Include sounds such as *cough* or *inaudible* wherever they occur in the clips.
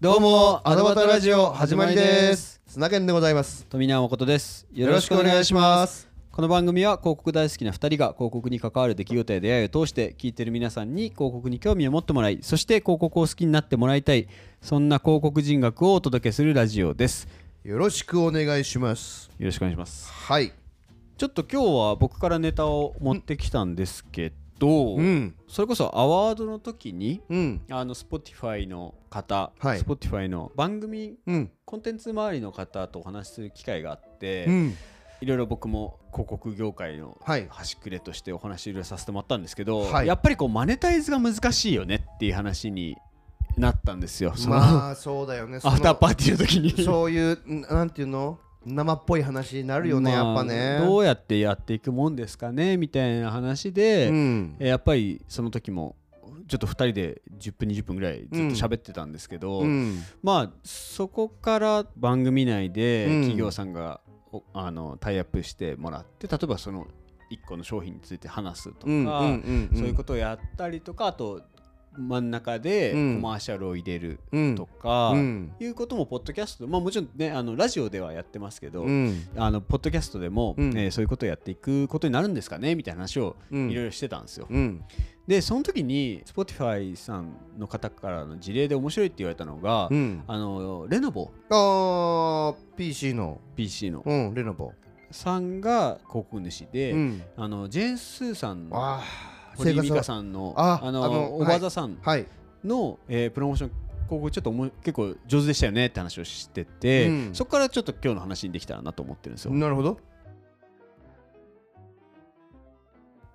どうも、アドバタラジオ始まりです。砂健でございます。富永誠です。よろしくお願いします。この番組は広告大好きな2人が広告に関わる出来事や出会いを通して聞いてる皆さんに広告に興味を持ってもらいそして広告を好きになってもらいたいそんな広告人学をお届けするラジオですよろしくお願いします。よろしくお願いしますはい。ちょっと今日は僕からネタを持ってきたんですけど、ん。それこそアワードの時にうん。あの Spotify の方、はい Spotify の番組うん。コンテンツ周りの方とお話しする機会があって、うん。いろいろ僕も広告業界のはい端くれとしてお話いろいろさせてもらったんですけど、はいやっぱりこうマネタイズが難しいよねっていう話になったんですよその、まあ、そうだよね。そアのフターパーティーの時にそういう、んなんていうの生っぽい話になるよね、やっぱね。 *laughs* まあどうやってやっていくもんですかねみたいな話で、うんえ。ーやっぱりその時もちょっと2人で10分20分ぐらいずっと喋ってたんですけど、うん。まあそこから番組内でうん企業さんが、おあのタイアップしてもらって例えばその1個の商品について話すとか、うん。うん。。そういうこととをやったりとかあと真ん中でコうんマーシャルを入れるうん。とか、うん。いうこともポッドキャストまあもちろんねあのラジオではやってますけど、うん。あのポッドキャストでも、うんえーそういうことをやっていくことになるんですかねみたいな話をうんいろいろしてたんですよ。うん。でその時に Spotify さんの方からの事例で面白いって言われたのが、うん。あのレノボあー、PC の、 PC のうん、レノボ。さんが広告主で、うん。あのジェーン・スーさんのあー、堀井美香ん。さんのああのあのおばあざさんはい。の、えープロモーション広告ちょっとおも結構上手でしたよねって話をしてて、うんそこからちょっと今日の話にできたらなと思ってるんですよ。なるほど。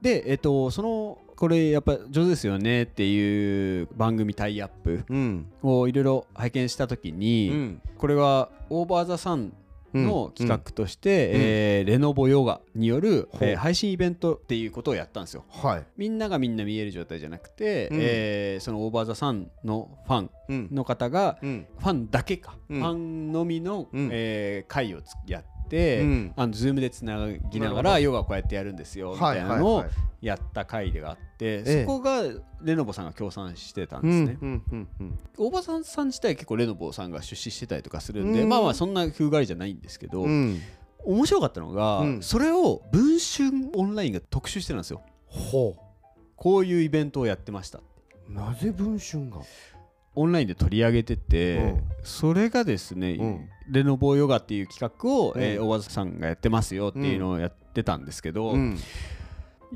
で、えっとそのこれやっぱ上手ですよねっていう番組タイアップうん。をいろいろ拝見した時うに、ん。これはオーバー・ザ・さんの企画として、うんえーレノボヨガによる、ほうえー配信イベントっていうことをやったんですよ。画。はい。みんながみんな見える状態じゃなくて、うんえーそのオーバー・ザ・さんのファンうん。の方が、うん。ファンだけか、うんファンのみの、うんえー会をつやって、うんあのズームでつなぎながなるほらヨガこうやってやるんですよみたいなのをやった会でがあって、ええそこがレノボさんが協賛してたんうですね、んうんうんうん大場さんさん自体結構レノボさんが出資してたりとかするんで、うんまあまあそんな風変わりじゃないんですけど、うん面白かったのが、うんそれを文春オンラインが特集してたんですよほこういうイベントをやってましたうなぜ文春がオンラインで取り上げてて、うんそれがですね、うんレノボヨガっていう企画を、うんえー大和さんがやってますよっていうのをやってたんですけど、うん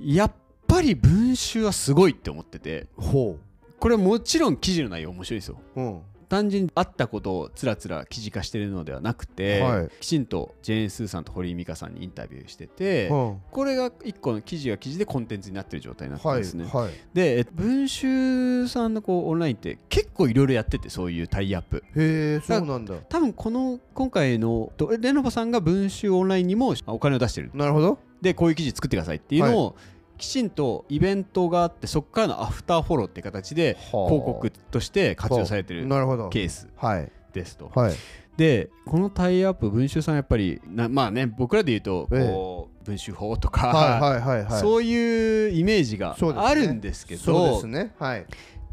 やっぱり文集はすごいって思っててほこれはもちろん記事の内容面白いですよううん単純にあったことをつらつら記事化してるのではなくて、はいきちんとジェーン・スーさんと堀井美香さんにインタビューしてて、はこれが一個の記事が記事でコンテンツになってる状態になってるんいですね、はいでえっと文集さんのこうオンラインって結構いろいろやっててそういうタイアップへえそうなんだ多分この今回のとレノボさんが文集オンラインにもあお金を出してるなるほどでこういう記事作ってくださいっていうのを、きちんとイベントがあってそこからのアフターフォローって形ではあ広告として活用されてるなるほどケースはいですと。はいでこのタイアップ文集さんやっぱりなまあね僕らで言うとこう、文集法とか、はいはいはいはいそういうイメージがそうですねあるんですけそうでどすねはい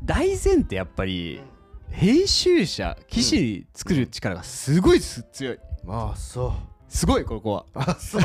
大前提やっぱり編集者記事作る力がすごいす強いまあそうすごいここはあ *laughs* そう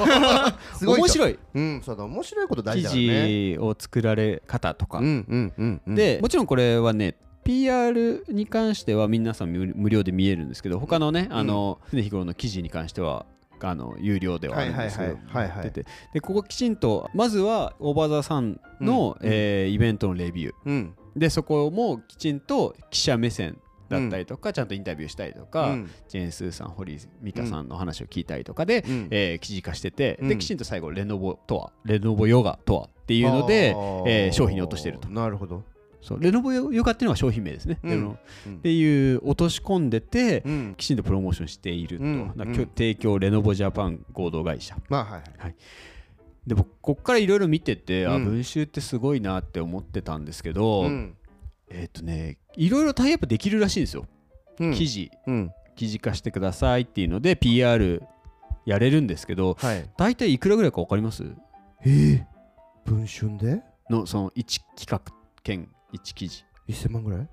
すごい面い白いうんそうだ面白いこと大記事だよね事を作られ方とか、うんうんうんうんでもちろんこれはね PR に関しては皆さん無無料で見えるんですけど他のね、うんあの常日頃の記事に関してはあの有料ではあるんですけど、はいはいはいはいはい出てでここきちんとまずはオーバーザさんの、うんえーイベントのレビューうんでそこもきちんと記者目線だったりとか、ちゃんとインタビューしたりとか、うんジェーン・スーさん堀井美香さんの話を聞いたりとかで、うんえー記事化してて、うでんきちんと最後レノボとはレノボヨガとはっていうのであ、ーえー商品に落としてるとなるほどそうレノボヨガっていうのが商品名ですね、うんレノうんっていう落とし込んでて、うんきちんとプロモーションしていると、うんだからうんきょ提供レノボジャパン合同会社まあはいはいで僕こっからいろいろ見てて、あうん文集ってすごいなって思ってたんですけど、うんえっ、とねいろいろタイアップできるらしいんですよ、うん記事うん記事化してくださいっていうので PR やれるんですけどはい大体いくらぐらいか分かりますえー、文春でのその1企画兼1記事1000万ぐらい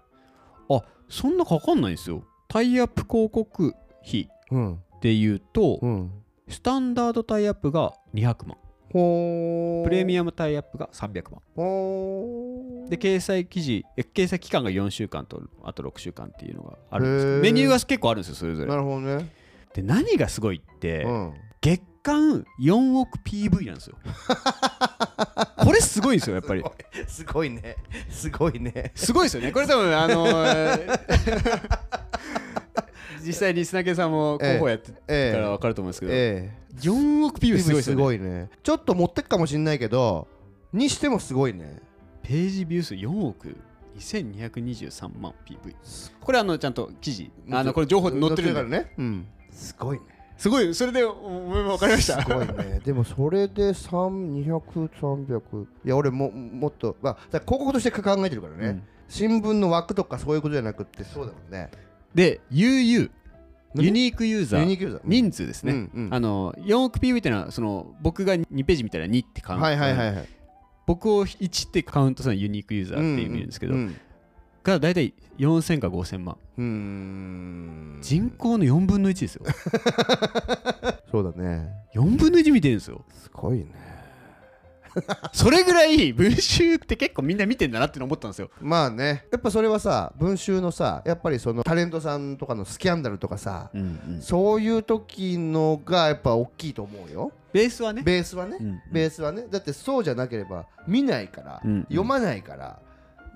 あそんなかかんないんですよタイアップ広告費うんでいうと、うんスタンダードタイアップが200万ほープレミアアムタイアップが300万ほーで掲載記事え掲載期間が4週間とあと6週間っていうのがあるんですけへどーメニューが結構あるんですよそれぞれなるほどねで何がすごいって、うん月間4億 PV なんです *laughs* よこれすごい *laughs* んですよやっぱりすごいねすごいねすごいですよねこれ多分あの *laughs* ー実際に砂毛さんも広報やってたえからえ分かると思うんですけど、ええ4億 PV すごいですすよねごいねちょっと持ってくかもしんないけどにしてもすごいねページビュー数4億2223万 PV これあのちゃんと記事あのこれ情報載ってるんからでねうんすごいねすごいそれで分かりましたすごいねでもそれで300300いや俺ももっとまあだから広告として考えてるからね、うん新聞の枠とかそういうことじゃなくってそうだもんねで UU 何ユニークユーザユニーークユーザー人数ですね、うんうんあの4億 PV っていうのはその僕が2ページみたいな2ってカウント、はいはいはいはい僕を1ってカウントするのはユニークユーザーっていう意味ですけど、うんが大体4000か5000万うんうん人口の4分の1ですよそうだね4分の1見てるんですよすごいねそれぐらい文集って結構みんな見てんだなっての思ったんですよまあねやっぱそれはさ文集のさやっぱりそのタレントさんとかのスキャンダルとかさ、そういう時のがやっぱ大きいと思うよベースはねベースはね、うんベースはねだってそうじゃなければ見ないから、うん読まないから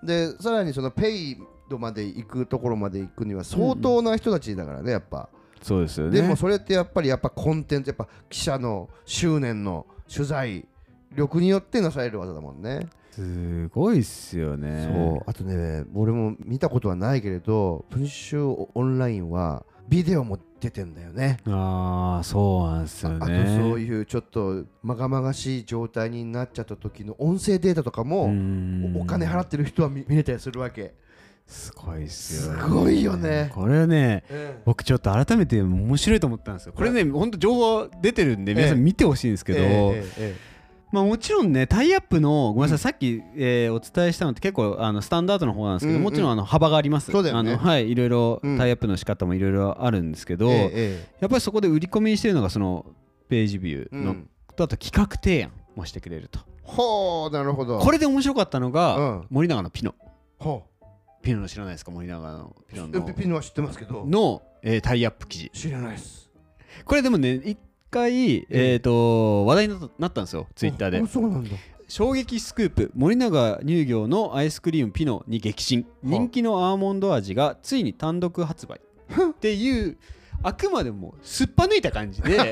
でさらにそのペイドまで行くところまで行くには相当な人たちだからねやっぱ、そうですよでもそれってやっぱりやっぱコンテンツやっぱ記者の執念の取材力によってなされる技だもんね、すごいっすよねそうあとね俺も見たことはないけれど「文春オンライン」はビデオも出てんだよねああそうなんですよあとねそういうちょっとまがまがしい状態になっちゃった時の音声データとかも、うんお金払ってる人は見見れたりするわけ、すごいっすよねすごいよねこれね僕ちょっと改めて面白いと思ったんですよこれねほんと情報出てるんで皆さん見てほしいんですけど、えええまあ、もちろんねタイアップのごめんなさい、さっき、えーお伝えしたのって結構あのスタンダードの方なんですけど、うんうんもちろんあの幅がありますそうだよねあのはいいろいろうんタイアップの仕方もいろいろあるんですけど、ええやえっぱりそこで売り込みにしてるのがそのページビューえうの、んとあと企画提案もしてくれるとほうなるほどこれで面白かったのが、うん森永のピノほピノの知らないですか森永のピノうのピピノは知ってますけどの、えータイアップ記事知らないですこれでもね一回、えー、と話題になったんですよツイッターであそうなんだ衝撃スクープ森永乳業のアイスクリームピノに激震人気のアーモンド味がついに単独発売っていうあくまでもすっぱ抜いた感じ *laughs* で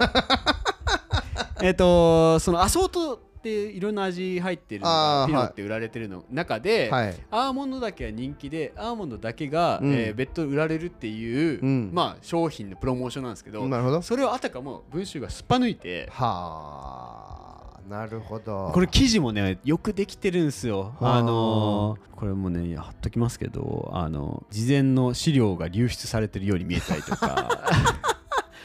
えっとそのアソートっていろんな味入ってるのあがーピノって売られてるの中で、はいアーモンドだけは人気でアーモンドだけが、うんえー別途売られるっていう、うんまあ、商品のプロモーションなんですけどなるほどはそれをあたかも文集がすっぱ抜いてあなるほどこれ記事もねよくできてるんですよはああのーこれもね貼っときますけどあの事前の資料が流出されてるように見えたりと *laughs* か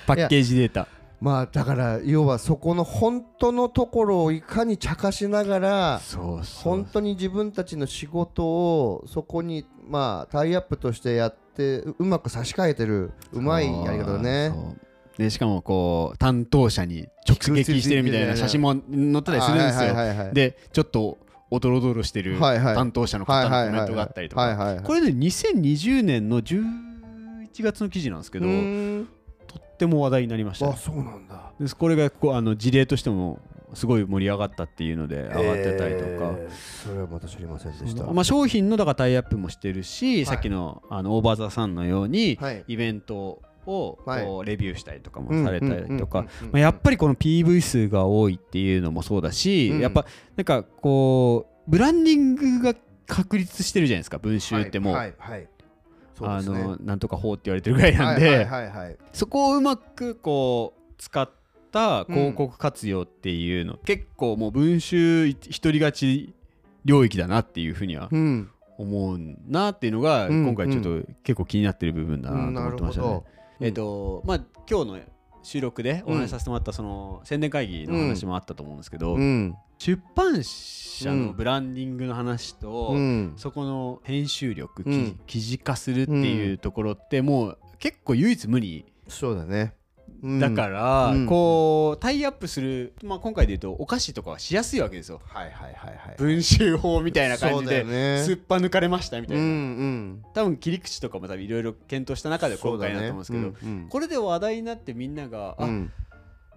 パッケージデータまあだから要はそこの本当のところをいかに茶化しながらそうそ本う当に自分たちの仕事をそこにまあタイアップとしてやってううまく差し替えてるうまいやり方だねそうでしかもこう担当者に直撃してるみたいな写真も載ってたりするんですよはいはいはいはいでちょっとおどろどろしてるはいはい担当者の方のコメントがあったりとはいかはいはいこれね2020年の11月の記事なんですけどうーんとっても話題になりましたねあそうなんだですこれがこうあの事例としてもすごい盛り上がったっていうので上がってたりとか、えーそれはまた知りませんでしたまあ、商品のだからタイアップもしてるし、さっきのあのオーバーザさんのように、はいイベントをはいこうレビューしたりとかもされたりとうんかうんうんうんうんまあやっぱりこの PV 数が多いっていうのもそうだし、うんやっぱなんかこうブランディングが確立してるじゃないですか文集ってもう、はいはいはいそうあですねのなんとか法って言われてるぐらいなんで、はいはいはいはいそこをうまくこう使った広告活用っていうの、結構もう文集一人勝ち領域だなっていうふうにはうん思うなっていうのがうん今回ちょっと結構気になってる部分だなと思ってましたね。うんなるほどえっ、とまあ今日の収録でお話しさせてもらったその宣伝会議の話もあったと思うんですけど、うん出版社のブランディングの話と、うんそこの編集力、うん記記事化するっていうところってもう結構唯一無二そうだね、うんだから、うんこうタイアップする、まあ、今回で言うとお菓子とかはしやすいわけですよはいはいはいはい文集法みたいな感じで、そうだよねすっぱ抜かれましたみたういんな、うん多分切り口とかも多分いろいろ検討した中で今回だと思うんですけど、そうだねうんうんこれで話題になってみんなが、うあん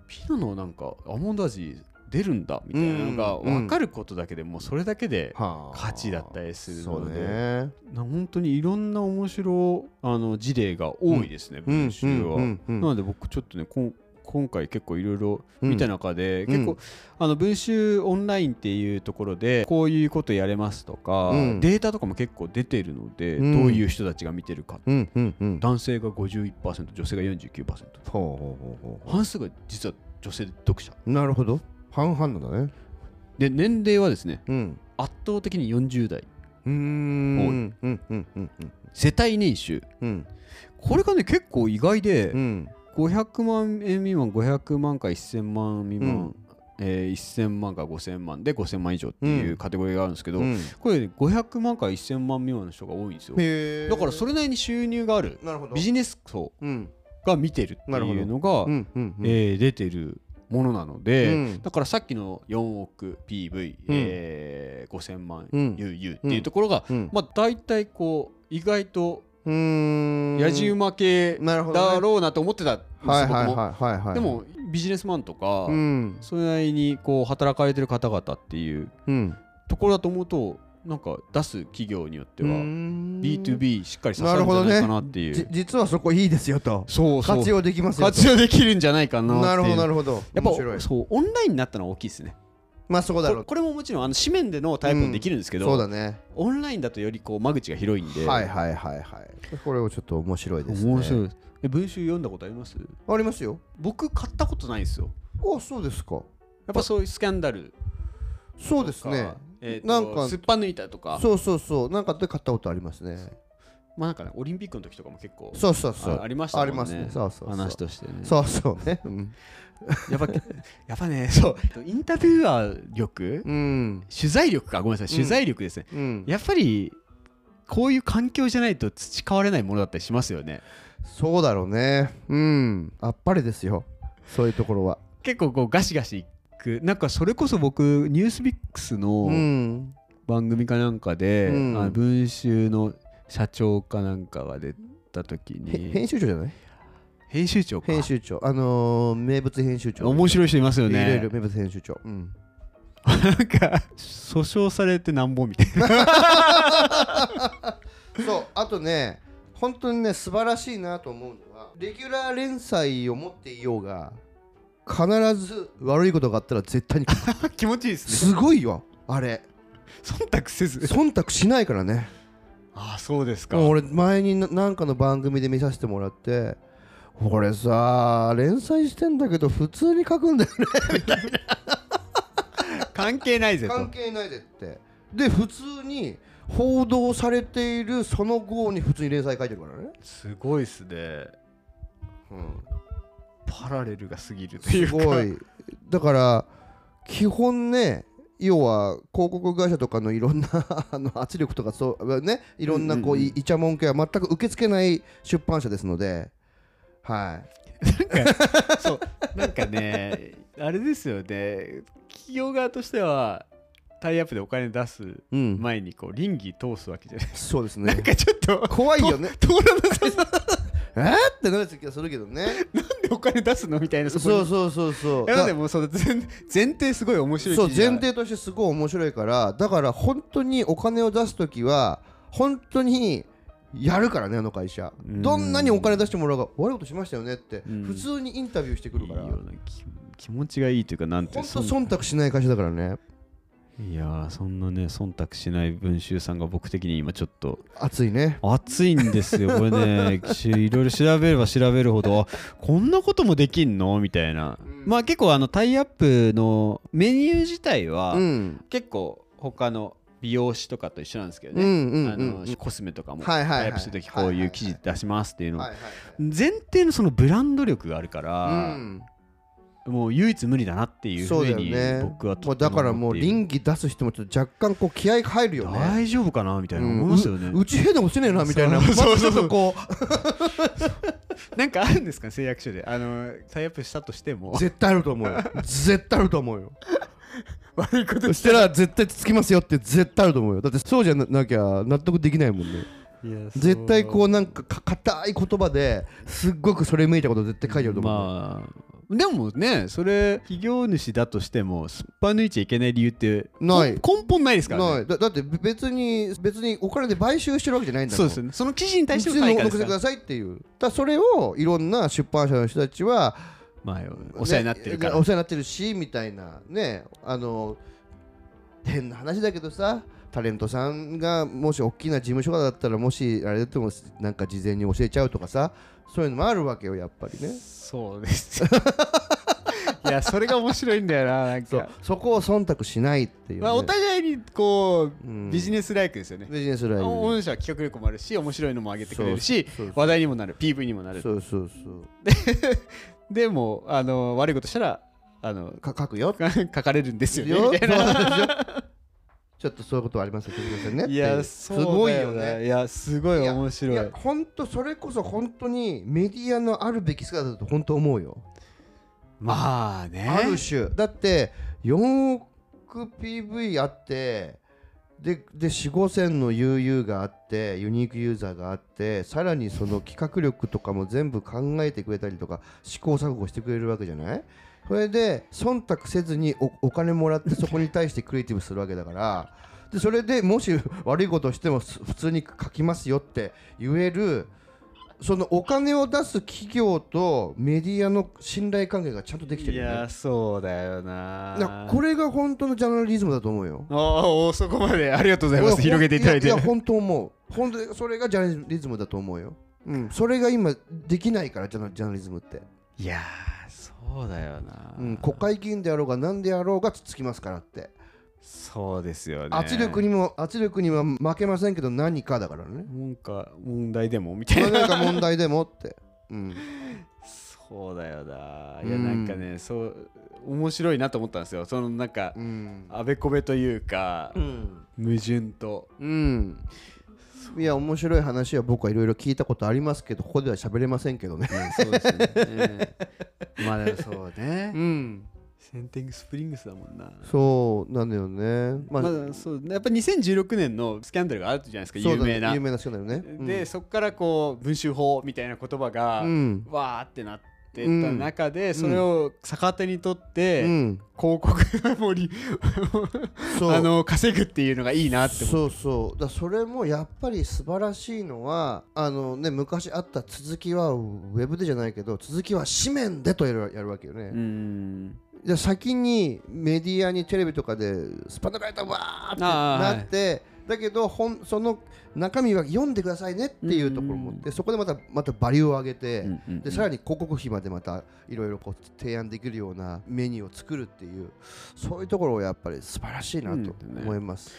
ピノのなんかアーモンド味出るんだみたいなのがうんうん分かることだけでもうそれだけではあ価値だったりするそうのだで、ねな本当にいろんな面白いあの事例が多いですね、うん文集は、うんうんうんなので僕ちょっとねこん今回結構いろいろうん見た中で、うん結構あの文集オンラインっていうところでこういうことやれますとか、うんデータとかも結構出てるので、うんどういう人たちが見てるかうんうんうん男性が51%女性が49%ほうほうほうほ半数が実は女性読者うなるほど半々なんだねで年齢はですねうん圧倒的に40代うーんうんうんうんうん世帯年収うんこれがね結構意外で、うん500万円未満500万から1000万未満、うんえー1000万から5000万で5000万以上っていうカテゴリーがあるんですけど、うんこれ、ね、500万から1000万未満の人が多いんですよへえだからそれなりに収入があるなるほどビジネス層うんが見てるっていうのが、うんうんうんえー出てるものなので、うんだからさっきの4億 PV、えー5000万うん UU っていうところが、うんまあ大体こう意外とうーんやじ馬系なるほどねだろうなと思ってたんですはいはい僕もはいはいはいでもビジネスマンとか、うんそれなりにこう働かれてる方々っていううんところだと思うとなんか出す企業によってうはーん B2B しっかり刺さるんじゃないかなっていう、じ実はそこいいですよとそうそう活用できますよと活用できるんじゃないかなっていうなるほどなるほどやっ面白いぱそうオンラインになったのは大きいですねまあそこだころれうこれももちろんあの紙面でのタイプもできるんですけど、そうだねオンラインだとよりこう間口が広いんで、はいはいはいはいこれをちょっと面白いですね面白いですえ文集読んだことありますありますよ僕買ったことないんですよあそうですかやっぱそういうスキャンダルそうでとすか、ねえーとなんかすっぱ抜いたとかそうそうそうなんかで買ったことありますねまあなんかねオリンピックの時とかも結構そうそうそうあありましたもあんねりますねそうそうそう話としてねそうそうねうんやっぱ *laughs* やっぱねそうインタビュアー力うん取材力かごめんなさい取材力ですね、うんやっぱりこういう環境じゃないと培われないものだったりしますよねそうだろうねうんあっぱれですよそういうところは結構こうガシガシいくなんかそれこそ僕ニュースビックスうのん番組かなんかで、うんあの文集の社長かなんかが出た時へに編集長じゃない編集長か編集長あのー名物編集長面白い人いますよいねろいろ名物編集長うんなんか訴訟されてなんぼみたいなそうあとね本当にね素晴らしいなと思うのはレギュラー連載を持っていようが必ず悪いことがあったら絶対に *laughs* 気持ちいいですねすごいよあれ忖度せず忖度しないからねああそうですかもう俺前に何かの番組で見させてもらって俺さ連載してんだけど普通に書くんだよね関係ないぜと関係ないでってで普通に報道されているその後に普通に連載書いてるからね、すごいっすねうん、パラレルが過ぎるといすうか *laughs* ごいだから基本ね要は広告会社とかのいろんな *laughs* あの圧力とかそうねいろんなこう、うんうんうんいいちゃもん系は全く受け付けない出版社ですのではいそうなんかねあれですよね企業側としてはタイアップでお金出すうん前にこう倫理通すわけじゃないそうですなんねかちょっと怖いよね通らなさそうえーってなる時はするけどねなんでお金出すのみたいなそそうこにそうそうそういやでだもうその前前提すごい面白いそう記事が前提としてすごい面白いからだから本当にお金を出す時は本当にやるからねあの会社うんどんなにお金出してもらうが悪いことしましたよねってうん普通にインタビューしてくるからいい本よなき気持ちがいいというかなんて当いうそん忖度しない会社だからねいやーそんなね忖度しない文集さんが僕的に今ちょっと熱いね熱いんですよこれ *laughs* ねしいろいろ調べれば調べるほどあこんなこともできんのみたいな、うんまあ結構あのタイアップのメニュー自体は、うん結構他の美容師とかと一緒なんですけどうんうね、んうんあうんのコスメとかもはいはいタイはいアップするときこういう記事出しますっていうの、はいはい前提のそのブランド力があるかはらい、うんもう唯一無二だなっていうふそううだよにね僕はともっうてだからも思うっている臨機出す人もちょっと若干こう気合入るよね大丈夫かなみたいな思いますよね、うんううち変なことしてねえなみたいなそうそうそうまずちょっとこうなんかあるんですか誓約書であのタイアップしたとしても絶対あると思うよ絶対あると思うよ悪いことそしたら絶対つきますよって絶対あると思うよだってそうじゃなきゃ納得できないもんね絶対こうなんかか硬い言葉ですっごくそれめいたこと絶対書いてあると思う、まあでもねそれ企業主だとしてもすっぱ抜いちゃいけない理由ってない根根本ないですからねないだだって別に別にお金で買収してるわけじゃないんだもそんうですよねその記事に対して普の通に対納価で得しすかてらくださいっていうだそれをいろんな出版社の人たちはまあお世話になってるかねらお世話になってるしみたいなねあの変な話だけどさタレントさんがもし大きな事務所だったらもしあれでもなんか事前に教えちゃうとかさそういうのもあるわけよやっぱりねそうですよ *laughs* いやそれが面白いんだよななんそうかそこを忖度しないっていうね、まあお互いにこううんビジネスライクですよねビジネスライブ御社は企画力もあるし面白いのも上げてくれるしそうそうそう話題にもなる PV にもなるそうそうそうでもあの悪いことしたらあのか書くよ *laughs* 書かれるんですよねよみたいなそうなんですよちょっとそういうことはありますよすみませんねいってやうそすうだごいよねいやすごい面白いいや本当それこそ本当にメディアのあるべき姿だと本当思うよ、まあねある種だって4億 PV あってでで4 5千の UU があってユニークユーザーがあってさらにその企画力とかも全部考えてくれたりとか試行錯誤してくれるわけじゃないそれで忖度せずにおお金もらってそこに対してクリエイティブするわけだからでそれでもし悪いことをしてもす普通に書きますよって言えるそのお金を出す企業とメディアの信頼関係がちゃんとできているよねやそうだよななこれが本当のジャーナリズムだと思うよ。ああおそこまでありがとうございます広げていただいてやや本当思う。本当にそれがジャーナリズムだと思うよ。うん、それが今できないからジャーナジャーナリズムって、いやーそうだよな、うん、国会議員であろうが何であろうがつつきますからって、そうですよね圧力にも圧力には負けませんけど何かだからね *laughs* なんか問題でもみたいまあな何か問題でもって、うん、そうだよないやうんなんかね、そう面白いなと思ったんですよそのなんかうん、あべこべというか、矛盾とうん、いや面白い話は僕はいろいろ聞いたことありますけどここでは喋れませんけどね、そうですね、 *laughs* まあそうねうん、センティングスプリングスだもんなそうなんだよね、ままああ、そうやっぱ2016年のスキャンダルがあるじゃないですかそう有だね名な、有名な人だよね。で、そこからこう文集法みたいな言葉が、うん、わーってなってた中で、それを逆手にとっうて、ん、広告もりそうあの稼ぐっていうのがいいなって思そうそうだそれもやっぱり素晴らしいのはあのね昔あった続きはウェブでじゃないけど続きは紙面でとやるやるわけようね、んで先にメディアにテレビとかでスパナガイタわーってあーなって、だけど本その中身は読んでくださいねっていうところを持って、そこでまたまたバリューを上げて、でさらに広告費までまたいろいろこう提案できるようなメニューを作るっていうそういうところをやっぱり素晴らしいなとうん思います、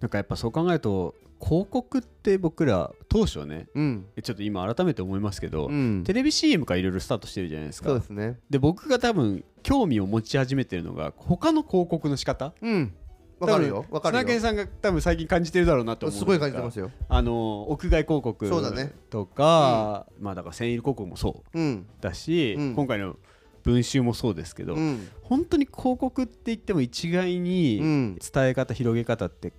なんかやっぱそう考えると広告って僕ら当初ねうんちょっと今改めて思いますけど、うんテレビ CM からいろいろスタートしてるじゃないですそうかですねで僕が多分興味を持ち始めてるのが他の広告の仕方うんわかるよわか砂る健よさんが多分最近感じてるだろうなと思うすごい感じてますすよあの屋外広告そうだねとか、まあだから繊維広告もそううんだし、うん今回の文集もそうですけど、うん本当に広告って言っても一概うにん伝え方広げ方って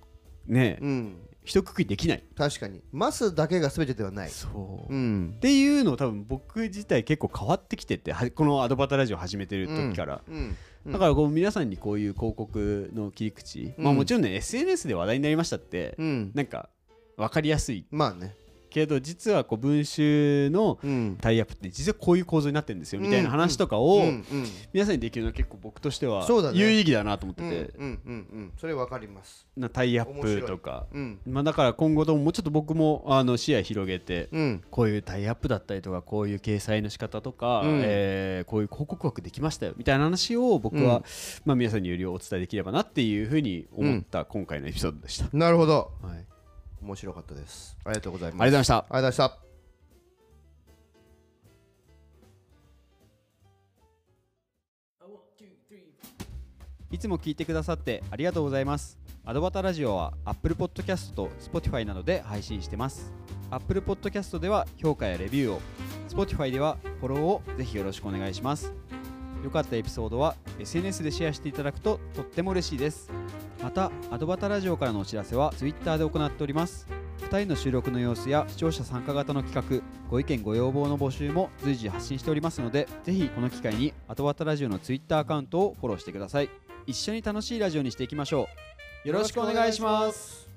ね、うん一括りできない、確かにマスだけが全てではないそう、うっんていうの多分僕自体結構変わってきててはこの「アドバタラジオ」始めてる時から、うんうんだからこう皆さんにこういう広告の切り口、まあうんもちろんね SNS で話題になりましたって、うんなんか分かりやすいまあねけど実はこう文集のうんタイアップって実はこういう構造になってるんですようんみたいな話とかうをんうん皆さんにできるのは結構僕としてはそうだね有意義だなと思ってうんうんて、うんうんそれわかりますなタイアップとか、うんまあ、だから今後とももうちょっと僕もあの視野広げて。うんこういうタイアップだったりとかこういう掲載の仕方とか、うんえーこういう広告枠できましたよみたいな話を僕は、うんまあ、皆さんによりお伝えできればなっていうふうに思った今回のエピソードでした、なるほどはい、あり面白かったですありがとうござがいとうごますざいましたありがとうございましたいつも聞いてくださってありがとうございます。アドバタラジオは Apple Podcast と Spotify などで配信してます Apple Podcast では評価やレビューを Spotify ではフォローをぜひよろしくお願いします良かったエピソードは SNS でシェアしていただくととっても嬉しいですまたアドバタラジオからのお知らせは Twitter で行っております2人の収録の様子や視聴者参加型の企画ご意見ご要望の募集も随時発信しておりますのでぜひこの機会にアトバタラジオの Twitter アカウントをフォローしてください一緒に楽しいラジオにしていきましょうよろしくお願いします